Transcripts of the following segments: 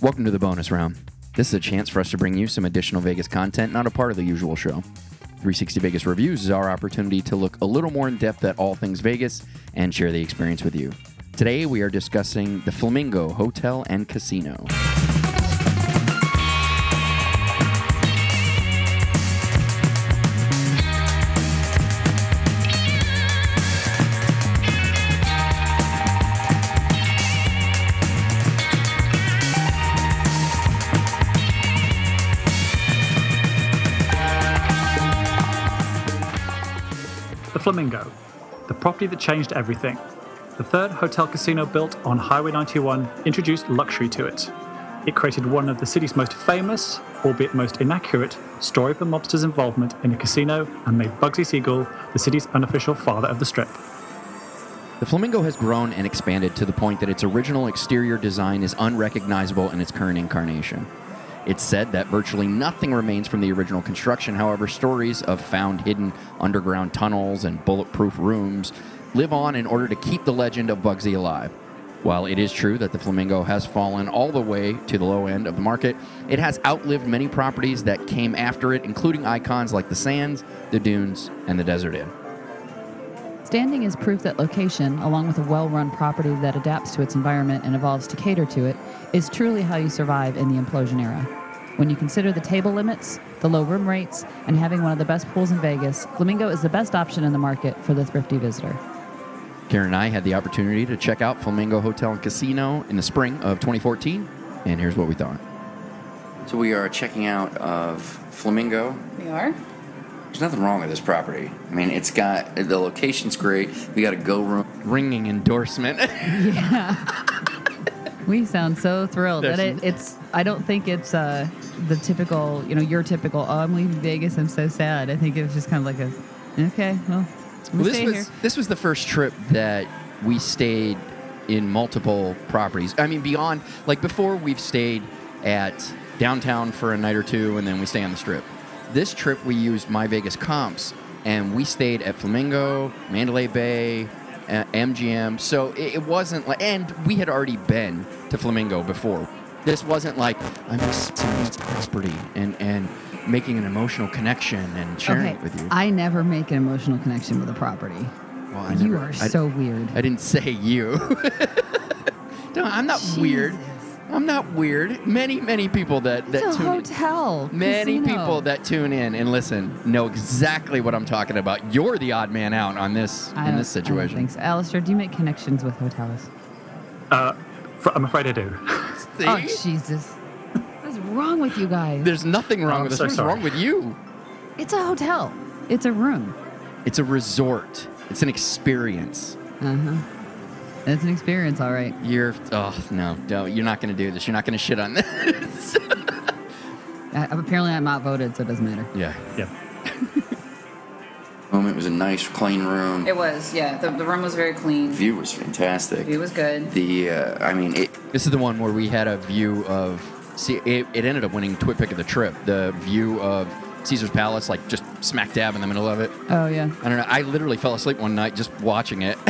Welcome to the bonus round. This is a chance for us to bring you some additional Vegas content, not a part of the usual show. 360 Vegas Reviews is our opportunity to look a little more in depth at all things Vegas and share the experience with you. Today, we are discussing the Flamingo Hotel and Casino. The Flamingo, the property that changed everything. The third hotel casino built on Highway 91 introduced luxury to it. It created one of the city's most famous, albeit most inaccurate, story of the mobster's involvement in a casino and made Bugsy Siegel the city's unofficial father of the strip. The Flamingo has grown and expanded to the point that its original exterior design is unrecognizable in its current incarnation. It's said that virtually nothing remains from the original construction, however, stories of found hidden underground tunnels and bulletproof rooms live on in order to keep the legend of Bugsy alive. While it is true that the Flamingo has fallen all the way to the low end of the market, it has outlived many properties that came after it, including icons like the Sands, the Dunes, and the Desert Inn. Standing is proof that location, along with a well run property that adapts to its environment and evolves to cater to it, is truly how you survive in the implosion era. When you consider the table limits, the low room rates, and having one of the best pools in Vegas, Flamingo is the best option in the market for the thrifty visitor. Karen and I had the opportunity to check out Flamingo Hotel and Casino in the spring of 2014, and here's what we thought. So we are checking out of Flamingo. We are. There's nothing wrong with this property. I mean, it's got the location's great. We got a go room. Ringing endorsement. We sound so thrilled that it, it's. I don't think it's uh, the typical, you know, your typical. Oh, I'm leaving Vegas. I'm so sad. I think it was just kind of like a, okay, well, Well, we will this stay was here. this was the first trip that we stayed in multiple properties. I mean, beyond like before, we've stayed at downtown for a night or two, and then we stay on the strip. This trip, we used my Vegas comps, and we stayed at Flamingo, Mandalay Bay, uh, MGM. So it, it wasn't like, and we had already been to Flamingo before. This wasn't like I'm just someone's property and and making an emotional connection and sharing okay, it with you. I never make an emotional connection with a property. Well, I you never- are I- so weird. I didn't say you. no, I'm not weird. Jesus. I'm not weird. Many, many people that, that it's a tune hotel. in. Many casino. people that tune in and listen know exactly what I'm talking about. You're the odd man out on this I in don't- this I don't situation. think so. Alistair, do you make connections with hotels? Fr- I'm afraid I do. See? Oh Jesus! What's wrong with you guys? There's nothing wrong I'm with this. so What's sorry. wrong with you? it's a hotel. It's a room. It's a resort. It's an experience. Uh huh. It's an experience, all right. You're oh no, no, you're not gonna do this. You're not gonna shit on this. I, apparently, I'm outvoted, so it doesn't matter. yeah. Yeah. room. It was a nice, clean room. It was, yeah. The, the room was very clean. the view was fantastic. View was good. the, uh, I mean, it, This is the one where we had a view of. See, it, it ended up winning Twit Pick of the Trip. The view of Caesar's Palace, like just smack dab in the middle of it. Oh yeah, I don't know. I literally fell asleep one night just watching it.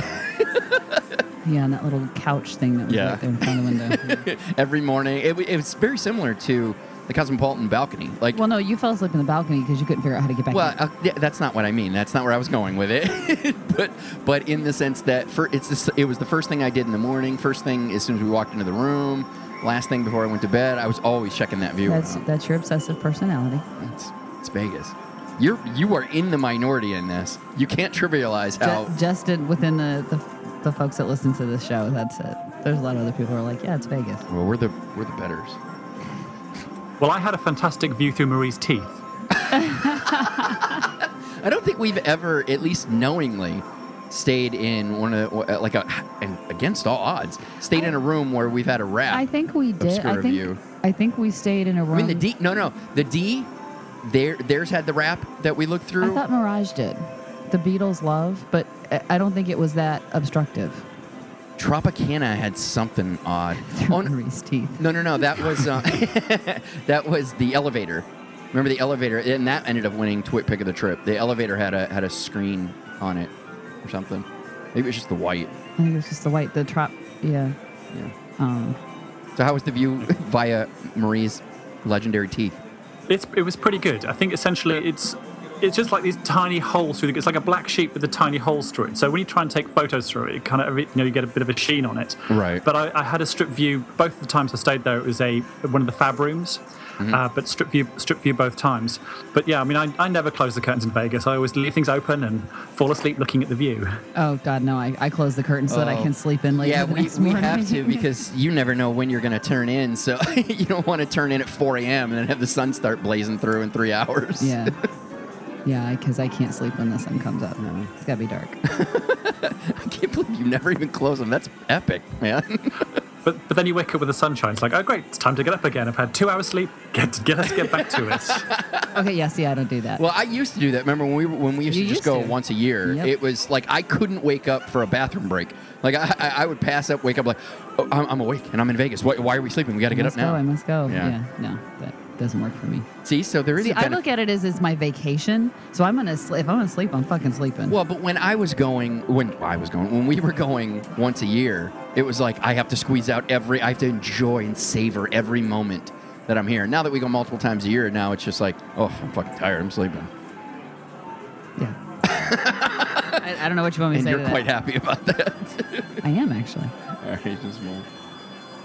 yeah, and that little couch thing that was Yeah. right there in front of the window. Every morning, it, wa- it was very similar to the Cosmopolitan balcony. Like, well, well, no, you fell asleep in the balcony because you couldn't figure out how to get back. in. uh, yeah, that's not what I mean. That's not where I was going with it. but, but in the sense that for it's this, it was the first thing I did in the morning. First thing as soon as we walked into the room. Last thing before I went to bed, I was always checking that view. that's out. that's your obsessive personality. It's, it's Vegas. You're you are in the minority in this. You can't trivialize how. Ju- just in, within the, the the folks that listen to this show, that's it. There's a lot of other people who are like, yeah, it's Vegas. well, we're the we're the betters. Well, I had a fantastic view through Marie's teeth. I don't think we've ever, at least knowingly, stayed in one of the, like a and against all odds stayed in a room where we've had a rap. I think we did. Obscure I think view. I think we stayed in a room. I mean the D. No, no, the D. Their theirs had the rap that we looked I through. thought Mirage did. The Beatles love, but I- I don't think it was that obstructive. Tropicana had something odd. Oh, no- Reese's teeth. No, no, no. That was uh, that was the elevator. Remember the elevator, and that ended up winning Twit Pick of the Trip. The elevator had a had a screen on it or something. Maybe it was just the white. I think it was just the white, the trop. Yeah. Yeah. Um, So how was the view via Marie's legendary teeth? It's, it was pretty good. I think essentially it's it's just like these tiny holes through. The, it's like a black sheet with the tiny holes through it. So when you try and take photos through it, it kind of you know you get a bit of a sheen on it. Right. But I, I had a strip view both of the times I stayed there. It was a one of the fab rooms. Uh, but strip view, strip view both times. But yeah, I mean, I, I never close the curtains in Vegas. I always leave things open and fall asleep looking at the view. Oh God, no! I, I close the curtain so that I Oh. can sleep in later. Yeah, the we, next we morning. have to because you never know when you're going to turn in. So you don't want to turn in at 4 a.m. and then have the sun start blazing through in three hours. yeah, yeah, because I can't sleep when the sun comes up. It's gotta be dark. I can't believe you never even close them. That's epic, man. But but then you wake up with the sunshine. It's like, oh great, it's time to get up again. I've had two hours sleep. Get get let's get back to it. okay, yeah, see, I don't do that. well, I used to do that. Remember when we when we used You to just used go to. once a year? Yep. It was like I couldn't wake up for a bathroom break. Like I, I, I would pass up, wake up like oh, I'm, I'm awake and I'm in Vegas. Why, why are we sleeping? We got to I get up must now. go. I must go. Yeah. Yeah. no, that doesn't work for me. See, so there is See, a I benefit. look at it as it's my vacation, so I'm gonna sleep. If I'm gonna sleep, I'm fucking sleeping. Well, but when I was going, when I was going, when we were going once a year, it was like I have to squeeze out every, I have to enjoy and savor every moment that I'm here. Now that we go multiple times a year, now it's just like, oh, I'm fucking tired. I'm sleeping. yeah. I, I don't know what you want me to And say. you're to quite that. happy about that. I am actually. All right, just move.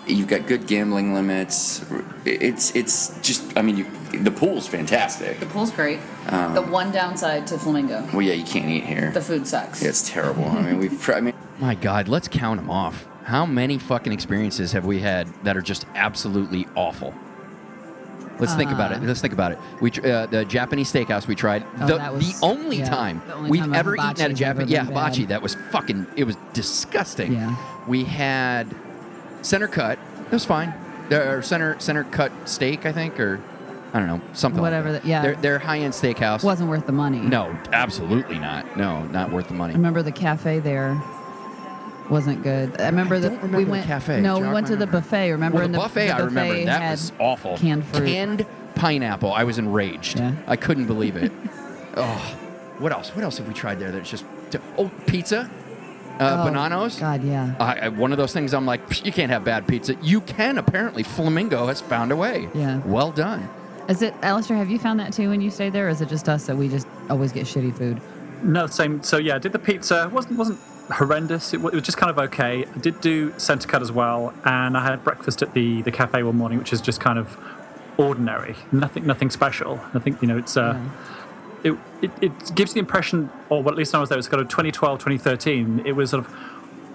You've got good gambling limits. It's it's just I mean you, the pool's fantastic. The pool's great. Um, the one downside to Flamingo, Well, yeah, you can't eat here. the food sucks. Yeah, it's terrible. I mean, we've. I mean, My God, let's count them off. How many fucking experiences have we had that are just absolutely awful? Let's think about it. Let's think about it. We tr- uh, the Japanese steakhouse we tried. Uh-huh. Oh, the, that was- the only yeah, time the only we've time a ever eaten at a hibachi's ever Japanese been yeah bad. hibachi that was fucking it was disgusting. Yeah. We had center cut. It was fine. Their center center cut steak, I think, or I don't know something. like Whatever that. the- yeah. Their, their high end steakhouse. Wasn't worth the money. No, absolutely not. No, not worth the money. I remember the cafe there wasn't good. I remember don't that we remember the went. cafe. No, Jog we my went to the memory. buffet. Remember Well, and the buffet, I remember that had was awful. Canned fruit. Canned pineapple. I was enraged. Yeah. I couldn't believe it. oh, what else? What else have we tried there? That's just oh, pizza, uh, Oh, bananos. God, yeah, I, I- one of those things. I'm like, "Psh, you can't have bad pizza. You can apparently. Flamingo has found a way. Yeah. Well done. Is it, Alistair, have you found that too when you stayed there? Or is it just us that we just always get shitty food? No, same. So yeah, I did the pizza. wasn't wasn't horrendous. It, wa- it was just kind of okay. I did do centre cut as well, and I had breakfast at the the cafe one morning, which is just kind of ordinary, nothing nothing special. I think you know it's. Uh, It, it, it gives the impression, or well, at least when I was there, it's kind of 2012, 2013. It was sort of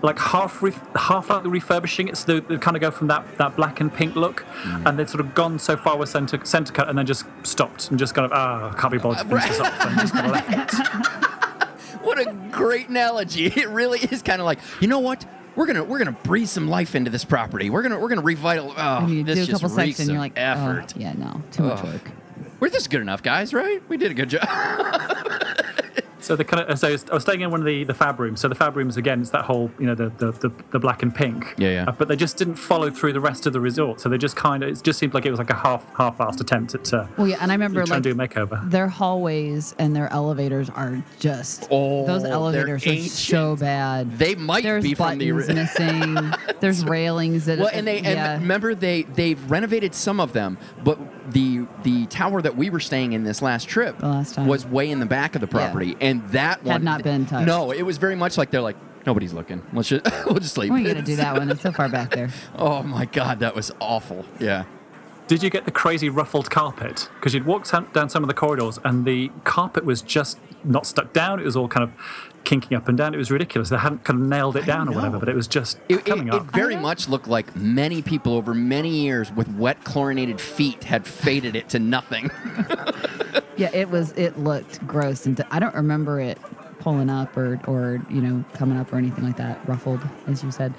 like half re- half like refurbishing it, so they, they kind of go from that, that black and pink look, and they've sort of gone so far with centre centre cut, and then just stopped and just kind of ah, can't be bothered to finish this off, and just kind of left it. What a great analogy. It really is kind of like, you know what? We're gonna we're gonna breathe some life into this property. We're gonna we're gonna revitalize. Oh, and you this do a just couple reeks seconds and of you're like, effort. Oh, yeah, no, too much Ugh. work. We're this is good enough, guys, right? We did a good job. So the kind of so I was staying in one of the, the fab rooms. So the fab rooms again, it's that whole you know the the, the, the black and pink. Yeah, yeah. Uh, but they just didn't follow through the rest of the resort. So they just kind of it just seemed like it was like a half half-assed attempt at uh, Well, yeah, and I remember trying like to do a makeover. their hallways and their elevators are just. Oh, those they're elevators are so ancient. bad. They might There's be from buttons the ori- missing. There's railings that. Well, and they yeah. and remember they they've renovated some of them, but the the tower that we were staying in this last trip The last time. was way in the back of the property, and that one not been touched. No, it was very much like they're like nobody's looking. Let's just we'll just leave. we it." gotta do that one. It's so far back there. Oh my god, that was awful. Yeah. Did you get the crazy ruffled carpet? Because you'd walk down down some of the corridors and the carpet was just not stuck down. It was all kind of kinking up and down. It was ridiculous. They hadn't kind of nailed it down or know. whatever, but it was just It, it, coming it up. very know. much looked like many people over many years with wet chlorinated feet had faded it to nothing. Yeah, it was. It looked gross, and I don't remember it pulling up or or you know coming up or anything like that, ruffled as you said.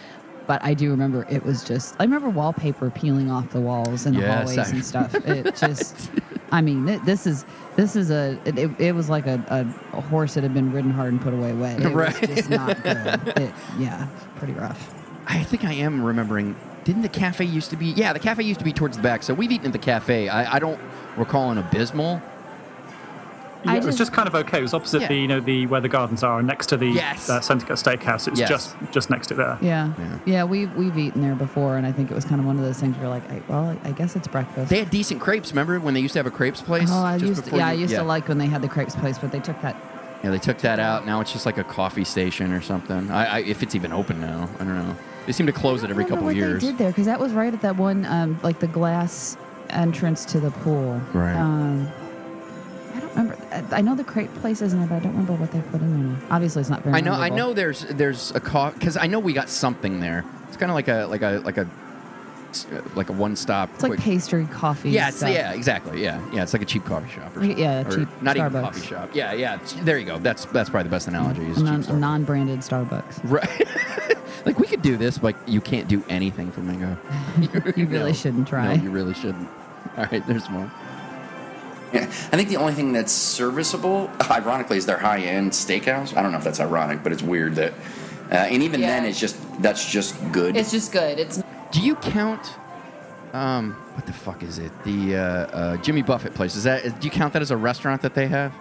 But I do remember it was just. I remember wallpaper peeling off the walls and the Yes, hallways I- and stuff. It just. I mean, th- this is this is a. It, it, it was like a, a, a horse that had been ridden hard and put away wet. It Right. was just not good. It, yeah, pretty rough. I think I am remembering. Didn't the cafe used to be? Yeah, the cafe used to be towards the back. So we've eaten at the cafe. I, I don't recall an abysmal. Yeah, I it was just- just kind of okay. It was opposite Yeah. the you know the where the gardens are, next to the Yes. uh, Centercut Steakhouse. It was Yes. just just next to there. Yeah. Yeah. yeah, We've we've eaten there before, and I think it was kind of one of those things where you're like, I, well, I guess it's breakfast. They had decent crepes. Remember when they used to have a crepes place? oh, I just used to, before yeah, I you- used yeah. to like when they had the crepes place, but they took that. Yeah, they took that out. Now it's just like a coffee station or something. I, I if it's even open now, I don't know. They seem to close it every I don't couple know what years. they did there because that was right at that one, um, like the glass entrance to the pool. Right. Um, I don't remember. I, I know the crepe place isn't there, but I don't remember what they put in there. now. Obviously, it's not very. I know. I memorable. know. There's there's a coffee because I know we got something there. It's kind of like a like a like a like a one stop. It's like pastry coffee. Yeah, it's, stuff. yeah, exactly. Yeah, yeah, it's like a cheap coffee shop or Yeah, something. yeah, or cheap not even Starbucks. coffee shop. Yeah, yeah. it's- There you go. That's that's probably the best analogy. Is A cheap non, Starbucks. non-branded Starbucks. Right. like we could do this, but you can't do anything for Mingo. You really shouldn't try. No, you really shouldn't. All right, there's more. Yeah, I think the only thing that's serviceable, ironically, is their high end steakhouse. I don't know if that's ironic, but it's weird that. Uh, and even then, Yeah. it's just that's just good. It's just good. It's Do you count? Um, what the fuck is it? The uh, uh, Jimmy Buffett place. Is that? Do you count that as a restaurant that they have?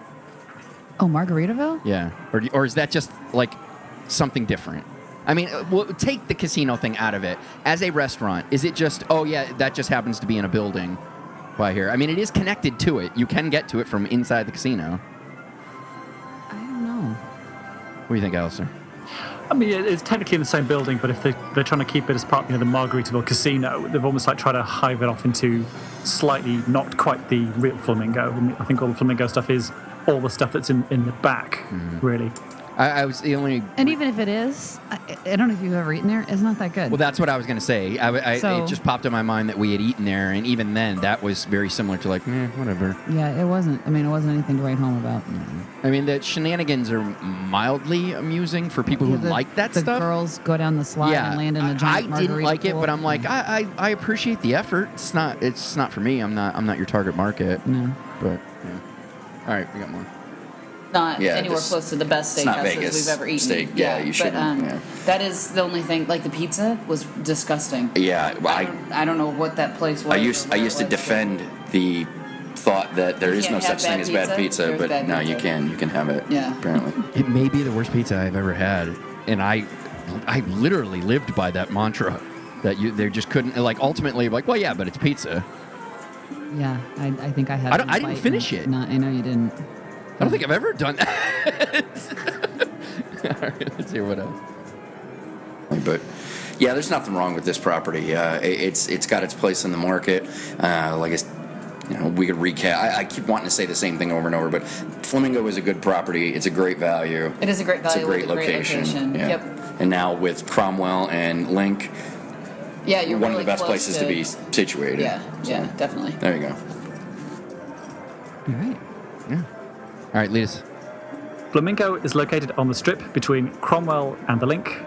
Oh, Margaritaville. Yeah. Or do- or is that just like something different? I mean, uh, well, take the casino thing out of it. As a restaurant, is it just? Oh yeah, that just happens to be in a building by here. I mean, it is connected to it. You can get to it from inside the casino. I don't know. What do you think, Alistair? I mean, it- it's technically in the same building, but if they, they're trying to keep it as part of you know, the Margaritaville Casino, they've almost like tried to hive it off into slightly not quite the real flamingo. I, mean, I think all the flamingo stuff is all the stuff that's in, in the back, really. I, I was the only And even if it is, I, I don't know if you've ever eaten there. It's not that good. Well, that's what I was going to say. I, I- So- it just popped in my mind that we had eaten there, and even then, that was very similar to like, eh, whatever. yeah, it wasn't. I mean, it wasn't anything to write home about. I mean, the shenanigans are mildly amusing for people who Yeah, the- like that the stuff. girls go down the slide yeah, and land in I- a giant I, didn't margarita like it, pool. but I'm like, I, I, I appreciate the effort. It's not, it's not for me. I'm not, I'm not your target market. No. But yeah. all right, we got more. not Yeah, anywhere this- close to the best it's not steakhouses Vegas we've ever eaten. steak. Yeah, you But shouldn't, um, yeah. that is the only thing. Like the pizza was disgusting. yeah, well, I I, don't, I don't know what that place was. I or used I where it used to was, but- defend the thought that there You is no can't have such thing bad as bad pizza. pizza, There's but bad no, you pizza. can you can have it. Yeah. apparently. It may be the worst pizza I've ever had, and I, I literally lived by that mantra that you, they just couldn't like ultimately like, well, yeah, but it's pizza. yeah, I, I think I had. I don't- one I didn't bite and finish it. Not, I know you didn't. I don't think I've ever done that. All right, let's hear what else. But yeah, there's nothing wrong with this property. Uh, it- it's it's got its place in the market. Uh, like I, s- you know, we could recap. I, I keep wanting to say the same thing over and over, but Flamingo is a good property. It's a great value. It is a great It's value. a great with a location. Yeah. Yep. And now with Cromwell and Link, Yeah, you're one really of the best close places to, be situated. Yeah, yeah, definitely. There you go. All right. Yeah. All right, lead us. Flamingo is located on the strip between Cromwell and the Link,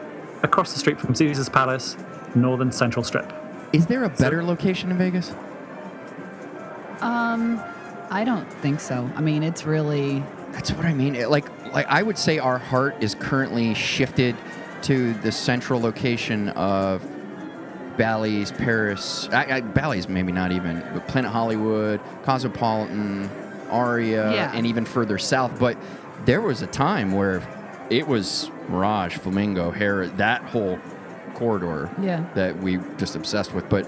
across the street from Caesar's Palace, northern central strip. Is there a better location in Vegas? I don't think so. I mean, it's really. That's what I mean. It- like, like I would say our heart is currently shifted to the central location of Bally's, Paris. I, I, Bally's, maybe not even, but Planet Hollywood, Cosmopolitan, Aria, Yeah. and even further south. But there was a time where it was Mirage, Flamingo, Harrod, that whole corridor Yeah. that we just obsessed with. But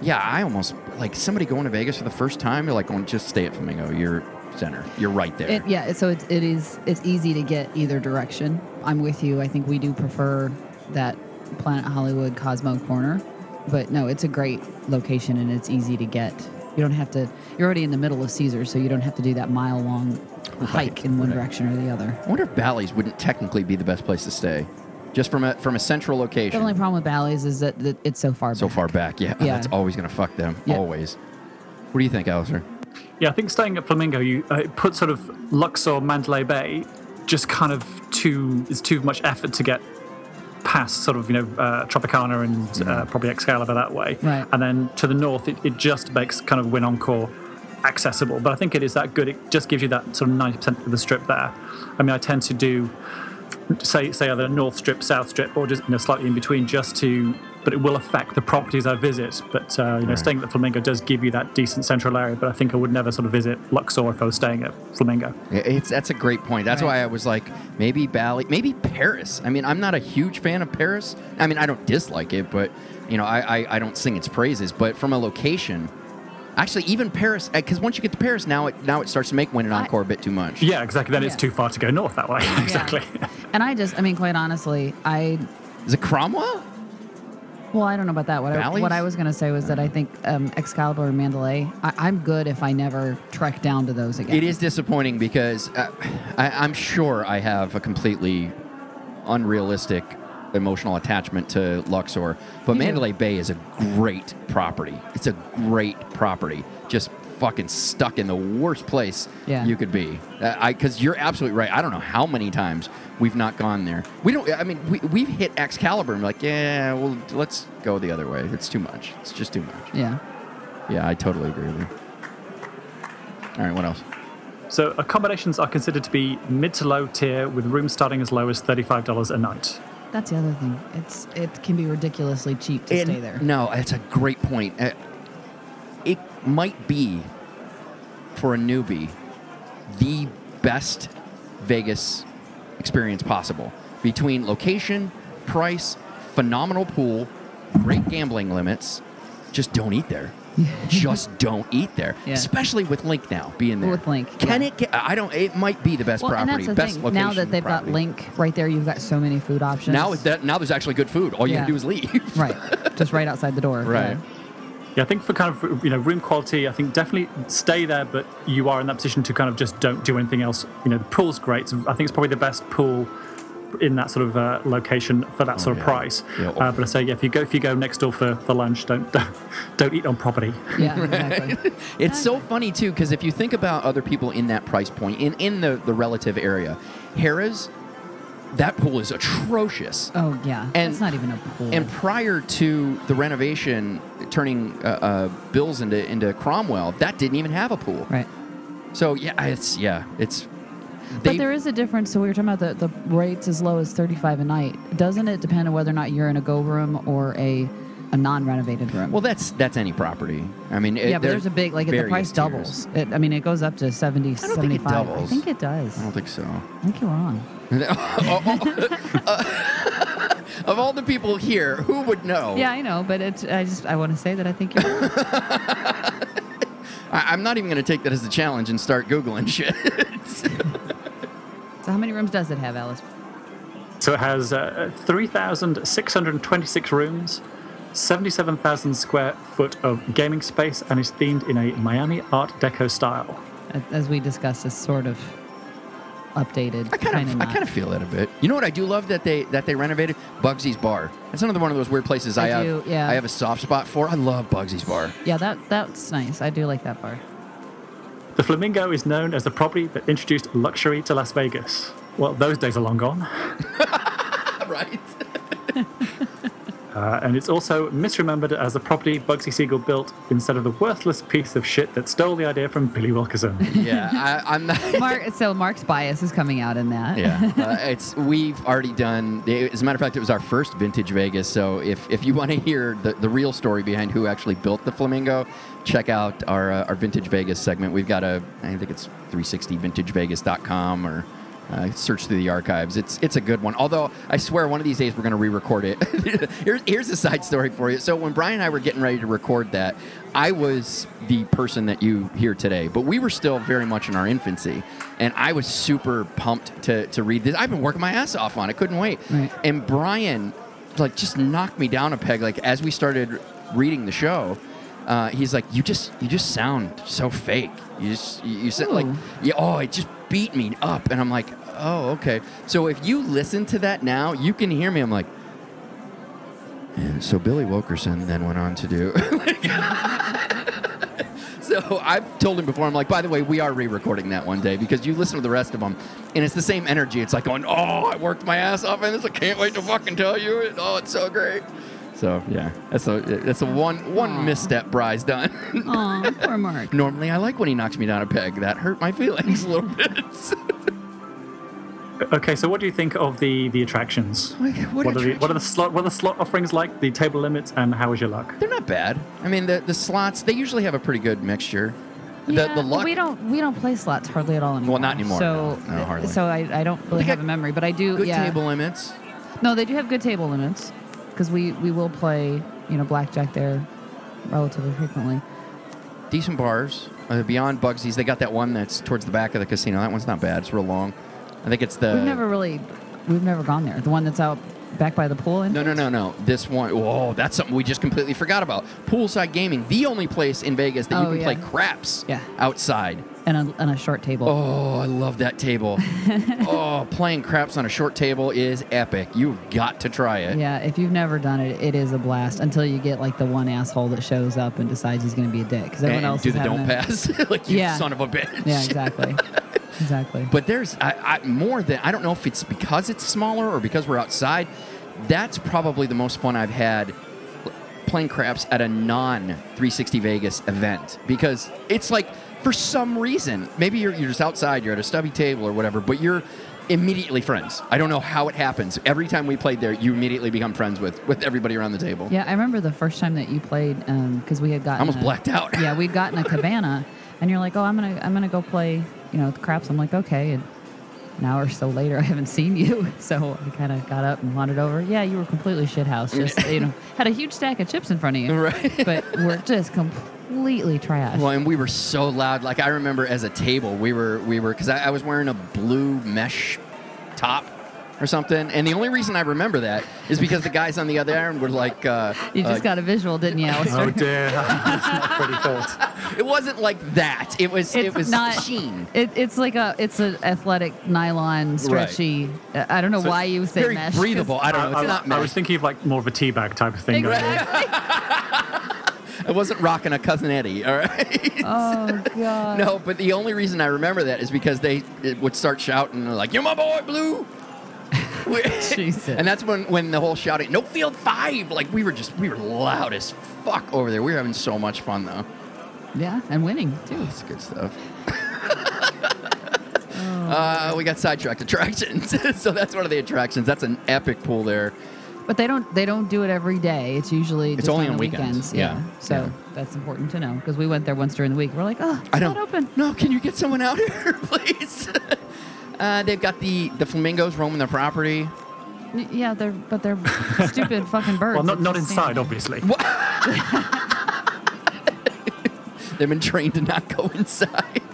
yeah, I almost like somebody going to Vegas for the first time. You're like, oh, just stay at Flamingo. You're center. You're right there. It, yeah, so it, it is. It's easy to get either direction. I'm with you. I think we do prefer that Planet Hollywood Cosmo corner, but no, it's a great location and it's easy to get. You don't have to. You're already in the middle of Caesars, so you don't have to do that mile long hike in one direction or the other. I wonder if Bally's wouldn't technically be the best place to stay, just from a from a central The location. only problem with Bally's is that, that it's so far. so far back, yeah, Yeah. that's always gonna fuck them. Yeah. Always. What do you think, Alistair? Yeah, I think staying at Flamingo, you uh, it puts sort of Luxor, Mandalay Bay, just kind of too is too much effort to get past sort of you know uh, Tropicana and uh, probably Excalibur that way, Right. and then to the north, it, it just makes kind of Winoncore accessible. But I think it is that good. It just gives you that sort of ninety percent of the strip there. I mean, I tend to do say say either north strip, south strip, or just you know slightly in between, just to but it will affect the properties I visit. But uh, you know, staying at the Flamingo does give you that decent central area. But I think I would never sort of visit Luxor if I was staying at Flamingo. Yeah, It's that's a great point. That's why I was like, maybe Bali, maybe Paris. I mean, I'm not a huge fan of Paris. I mean, I don't dislike it, but you know, I I, I don't sing its praises. But from a location, actually, even Paris, because once you get to Paris, now it now it starts to make Win and I- Encore a bit too much. Yeah, exactly. Then it's Yeah. too far to go north that way. exactly. And I just, I mean, quite honestly, I Is it Cromwell? Well, I don't know about that. What, I, Valleys? Uh-huh. what I was going to say was that I think um, Excalibur and Mandalay, I, I'm good if I never trek down to those again. It is disappointing because uh, I, I'm sure I have a completely unrealistic emotional attachment to Luxor, but do. Mandalay Bay is a great property. It's a great property. Just fucking stuck in the worst place Yeah. you could be. Uh, I because you're absolutely right. I don't know how many times we've not gone there. We don't. I mean, we we've hit Excalibur and we're like, yeah, well, let's go the other way. It's too much. It's just too much. Yeah. Yeah, I totally agree with you. All right, what else? So accommodations are considered to be mid to low tier, with rooms starting as low as thirty-five dollars a night. That's the other thing. It's It can be ridiculously cheap to And- stay there. No, that's a great point. Uh, It might be for a newbie the best Vegas experience possible between location, price, phenomenal pool, great gambling limits. Just don't eat there. Just don't eat there, Yeah. especially with Link now being there. With Link, can yeah. it? Get, I don't. It might be the best well, property, and that's the best thing. location. now that they've property. got Link right there, you've got so many food options. now it's that now there's actually good food. All you Yeah. can do is leave. Right. just right outside the door. Right. Yeah, I think for kind of you know room quality, I think definitely stay there, but you are in that position to kind of just don't do anything else. You know, the pool's great. It's- I think it's probably the best pool in that sort of uh, location for that sort Oh, yeah. of price. Yeah, uh, but I say, yeah, if you go if you go next door for, for lunch, don't, don't don't eat on property. Yeah, yeah exactly. It's so funny too because if you think about other people in that price point in in the the relative area, Harrah's that pool is atrocious. oh, yeah. And- it's not even a pool. And prior to the renovation, turning uh, uh, Bills into into Cromwell, that didn't even have a pool. right. So yeah, it's yeah, it's. but there is a difference. So we were talking about the, the rates as low as 35 a night. Doesn't it depend on whether or not you're in a go room or a, a non renovated room? well, that's that's any property. I mean, it- yeah, but there's there's a big like the various price doubles. tiers. It, I mean, it goes up to 70, don't think it 75. doubles. I think it does. I don't think so. I think you're wrong. Of all the people here, who would know? Yeah, I know, but it's I just I want to say that I think you're wrong. I, I'm not even going to take that as a challenge and start googling shit. so how many rooms does it have, Alice? So it has uh, three thousand six hundred twenty six rooms. 77,000 square foot of gaming space and is themed in a Miami Art Deco style. As- As we discussed, is sort of updated. I kind of, I kind of feel that a bit. You know what? I do love that they that they renovated Bugsy's Bar. That's another one of those weird places I, I have. do, yeah. I have a soft spot for. I love Bugsy's Bar. Yeah, that that's nice. I do like that bar. The Flamingo is known as the property that introduced luxury to Las Vegas. Well, those days are long gone. right. Uh, and it's also misremembered as the property Bugsy Siegel built instead of the worthless piece of shit that stole the idea from Billy Wilkerson. Yeah. I, I'm not. Mark, so Mark's bias is coming out in that. Yeah, uh, it's we've already done. As a matter of fact, it was our first vintage Vegas. So if, if you want to hear the, the real story behind who actually built the flamingo, check out our uh, our vintage Vegas segment. We've got a I think it's 360vintagevegas.com or uh, search through the archives. It's it's a good one. Although I swear one of these days we're going to re-record it. here's here's a side story for you. So when Brian and I were getting ready to record that, I was the person that you hear today, but we were still very much in our infancy. And I was super pumped to, to read this. I've been working my ass off on it, couldn't wait. Right. And Brian, like, just knocked me down a peg. Like, as we started reading the show, uh, he's like, "You just, you just sound so fake. You just, you, you said like, Ooh. yeah, oh, it just beat me up." And I'm like, "Oh, okay." So if you listen to that now, you can hear me. I'm like, and so Billy Wilkerson then went on to do. so I've told him before. I'm like, by the way, we are re-recording that one day because you listen to the rest of them, and it's the same energy. It's like going, oh, I worked my ass off on this. I can't wait to fucking tell you it. Oh, it's so great. So yeah, that's a that's a one one Aw. misstep. Bry's done. Aw, poor Mark. Normally, I like when he knocks me down a peg. That hurt my feelings a little bit. Okay, so what do you think of the the attractions? Like, what are the what are the attractions? slot what are the slot offerings like? The table limits and how is your luck? They're not bad. I mean, the, the slots, they usually have a pretty good mixture. The, yeah, the but luck, we don't we don't play slots hardly at all anymore. not anymore, So no. No, hardly. so I, I don't really They got have a memory, but I do. good yeah. table limits. No, they do have good table limits because we we will play you know blackjack there relatively frequently. decent bars. Uh, beyond Bugsy's, they got that one that's towards the back of the casino. That one's not bad. It's real long. I think it's the. We've never really we've never gone there. The one that's out back by the pool. And No, no, no, no. This one. Whoa, that's something we just completely forgot about. Poolside gaming, the only place in Vegas that Oh, you can play yeah. craps Yeah. outside. and a, and a short table. Oh, I love that table. oh, playing craps on a short table is epic. You've got to try it. Yeah, if you've never done it, it is a blast until you get like the one asshole that shows up and decides he's going to be a dick because everyone And else do is the having don't a- pass. like, you Yeah. son of a bitch. Yeah, exactly, exactly. But there's I, I, more than I don't know if it's because it's smaller or because we're outside. That's probably the most fun I've had playing craps at a non 360 Vegas event because it's like for some reason maybe you're, you're just outside you're at a stubby table or whatever but you're immediately friends i don't know how it happens every time we played there you immediately become friends with with everybody around the table Yeah, I remember the first time that you played because we had gotten i almost a- blacked out yeah, we'd gotten a cabana, and you're like, "Oh, I'm gonna, I'm gonna go play, you know, the craps." I'm like, "Okay." And an hour or so later, I haven't seen you, so I kind of got up and wandered over. Yeah, you were completely shithouse. Just you know, had a huge stack of chips in front of you, Right. But we're just completely trash. Well, and we were so loud. Like I remember as a table, we were we were because I, I was wearing a blue mesh top or something. And the only reason I remember that is because the guys on the other end were like, uh, you just uh, got a visual, didn't you? Alistair? Oh dear, that's not pretty thought. It wasn't like that. It was it was sheen. It, it's like a. It's an athletic nylon stretchy. uh, I I don't know why you say Very mesh. 'cause- breathable. I don't know. It's I, I- not I was mesh. thinking of like more of a tea bag type of thing. going on. Exactly. I wasn't rocking a cousin Eddie. All right. oh god. No, but the only reason I remember that is because they it would start shouting like, "You're my boy, Blue." Jesus. And that's when when the whole shouting, "No field five! Like we were just we were loud as fuck over there. We were having so much fun though. Yeah, and winning too. Dude, that's good stuff. uh, we got sidetracked attractions, so that's one of the attractions. That's an epic pool there. But they don't they don't do it every day. It's usually It's just only on, on the weekends. Yeah. weekends. So Yeah. that's important to know because we went there once during the week. We're like, oh, it's I don't not open. No, can you get someone out here, please? uh, they've got the the flamingos roaming the property. N- Yeah, they're but they're stupid fucking birds. Well, not that not just inside, stand- obviously. They've been trained to not go inside.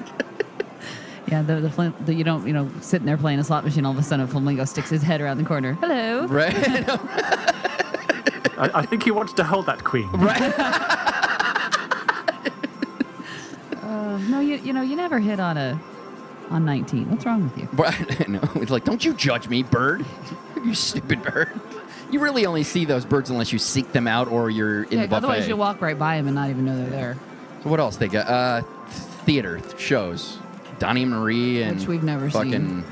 Yeah, the the, flim- the you don't you know sitting there playing a slot machine. All of a sudden, a flamingo sticks his head around the corner. Hello. Right. I, I think he wanted to hold that queen. right. Uh, no, you you know you never hit on a on 19. What's wrong with you? But, no, it's like, don't you judge me, bird. you stupid bird. You really only see those birds unless you seek them out or you're in Yeah, the buffet. otherwise, you'll walk right by him and not even know they're there, So what else they got? Uh, th- theater th- shows. Donnie and Marie and Which we've never fucking seen.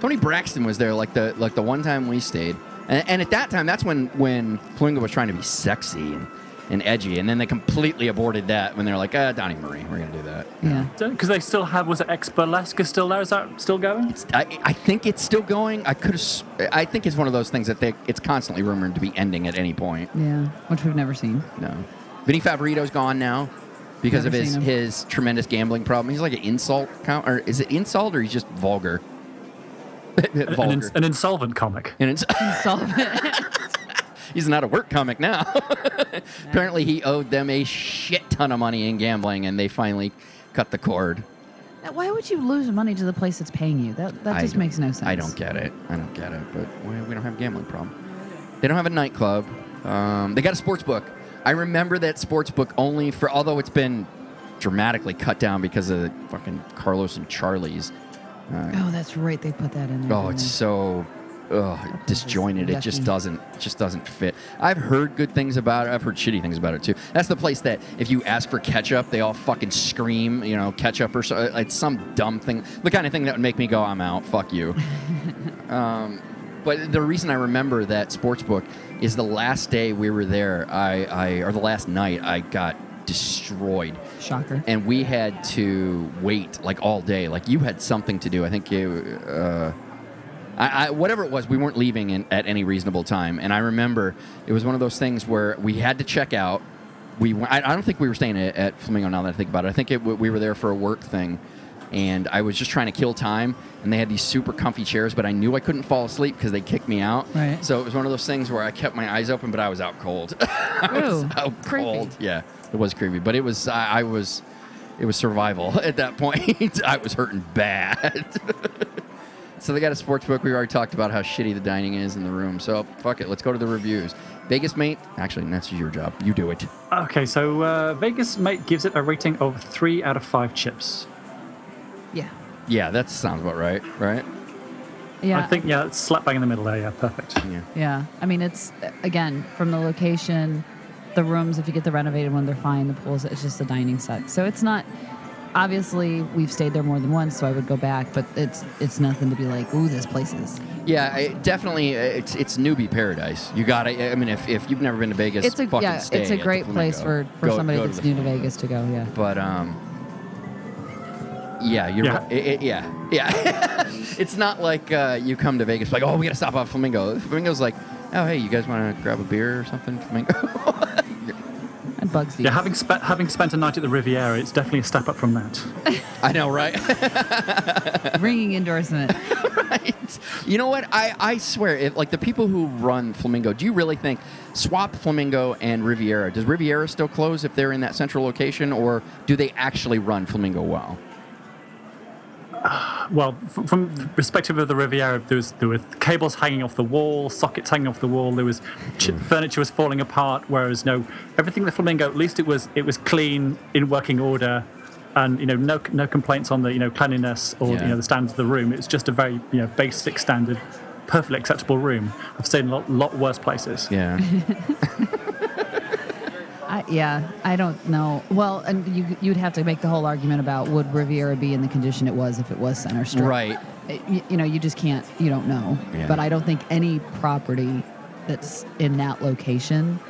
Tony Braxton was there like the like the one time we stayed, and, and at that time that's when when Flamingo was trying to be sexy and, and edgy, and then they completely aborted that when they're like, uh, Donnie and Marie, we're gonna do that. Yeah. Because they still have was it ex burlesque is still there? Is that still going? I, I think it's still going. I could have. I think it's one of those things that they it's constantly rumored to be ending at any point. yeah, which we've never seen. No. Vinny Favorito's gone now because Never of his seen him. his tremendous gambling problem. He's like an insult count, or is it insult or he's just vulgar? vulgar. An, ins- an insolvent comic. and it's, Solvent. he's not a work comic now. Apparently, he owed them a shit ton of money in gambling, and they finally cut the cord. Why would you lose money to the place that's paying you? That that I just don't- makes no sense. I don't get it. I don't get it. But we we don't have a gambling problem. They don't have a nightclub. Um, they got a sports book. I remember that sports book only for, although it's been dramatically cut down because of fucking Carlos and Charlie's. Oh, that's right. They put that in there. Oh, didn't it's they? so ugh, disjointed. It just Mm-hmm. yucky. doesn't it just doesn't fit. I've heard good things about it. I've heard shitty things about it too. That's the place that if you ask for ketchup, they all fucking scream, you know, ketchup or so. uh, It's some dumb thing, the kind of thing that would make me go, "I'm out. Fuck you." Um, But the reason I remember that sports book is the last day we were there, I, I or the last night, I got destroyed. shocker. And we had to wait like all day. Like you had something to do. I think you, uh, I, I, whatever it was, we weren't leaving in, at any reasonable time. And I remember it was one of those things where we had to check out. We went, I, I don't think we were staying at, at Flamingo now that I think about it. I think it, we were there for a work thing. And I was just trying to kill time, and they had these super comfy chairs, but I knew I couldn't fall asleep because they kicked me out. Right. So it was one of those things where I kept my eyes open, but I was out cold. I was Ooh, out creepy. cold. Yeah, it was creepy, but it was I, I was it was survival at that point. I was hurting bad. so they got a sports book. We already talked about how shitty the dining is in the room. So fuck it, let's go to the reviews. Vegas mate, actually, that's your job. You do it. Okay, so uh, Vegas Mate gives it a rating of three out of five chips. Yeah. Yeah, that sounds about right. Right? Yeah. I think yeah, it's slap bang in the middle there. Yeah, perfect. Yeah. Yeah. I mean, it's again from the location, the rooms. If you get the renovated one, they're fine. The pools. It's just the dining set. So it's not. Obviously, we've stayed there more than once, so I would go back. But it's it's nothing to be like, ooh, this place is. Yeah, it definitely. uh, It's it's newbie paradise. You got to I mean, if, if you've never been to Vegas, It's a fucking yeah, stay it's a at the great place for Flamingo. for Go- somebody go to that's the new to Flamingo. Vegas to go. Yeah. But um, yeah, you're Yeah. right. It- it- yeah, yeah. it's not like uh, you come to Vegas like, oh, we gotta stop off Flamingo. Flamingo's like, oh, hey, you guys want to grab a beer or something? Flamingo. And Bugsy. Yeah, having spent having spent a night at the Riviera, it's definitely a step up from that. I know, right? Ringing endorsement. right. You know what? I I swear, if like the people who run Flamingo, do you really think swap Flamingo and Riviera? Does Riviera still close if they're in that central location, or do they actually run Flamingo well? Well, f- from the perspective of the Riviera, there was there were cables hanging off the wall, sockets hanging off the wall. There was ch- furniture was falling apart. Whereas no, everything at the Flamingo, at least it was it was clean in working order, and you know no no complaints on the you know cleanliness or Yeah. you know the standards of the room. It's just a very you know basic standard, perfectly acceptable room. I've seen a lot, lot worse places. Yeah. I, yeah, I don't know. Well, and you you'd have to make the whole argument about would Riviera be in the condition it was if it was Center Strip, Right. It- y- you, know, you just can't. You don't know. Yeah. But I don't think any property that's in that location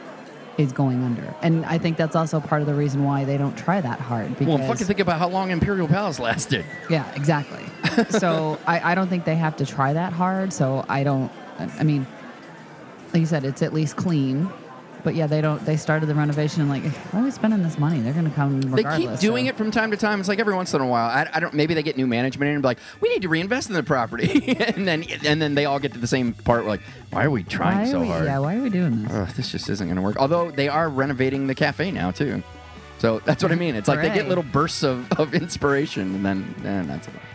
is going under. And I think that's also part of the reason why they don't try that hard. Because Well, fucking think about how long Imperial Palace lasted. yeah, exactly. so I, I don't think they have to try that hard. So I don't. I I mean, like you said, it's at least clean. But yeah, they don't. They started the renovation and like, why are we spending this money? They're going to come regardless. They keep doing so- it from time to time. It's like every once in a while. I, I don't. Maybe they get new management in and be like, "We need to reinvest in the property," and then and then they all get to the same part. Like, why are we trying Why are so we, hard? Yeah, why are we doing this? Ugh, this just isn't going to work. Although they are renovating the cafe now too, so that's what I mean. It's like they get Hooray. little bursts of, of inspiration, and then and that's about. it.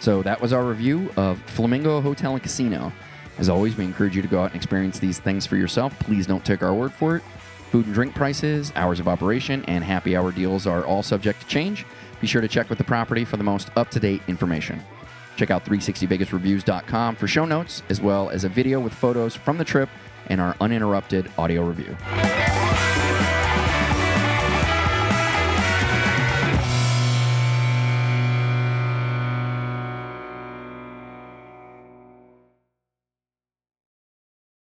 So that was our review of Flamingo Hotel and Casino. As always, we encourage you to go out and experience these things for yourself. Please don't take our word for it. Food and drink prices, hours of operation, and happy hour deals are all subject to change. Be sure to check with the property for the most up to date information. Check out 360vegasreviews.com for show notes, as well as a video with photos from the trip and our uninterrupted audio review.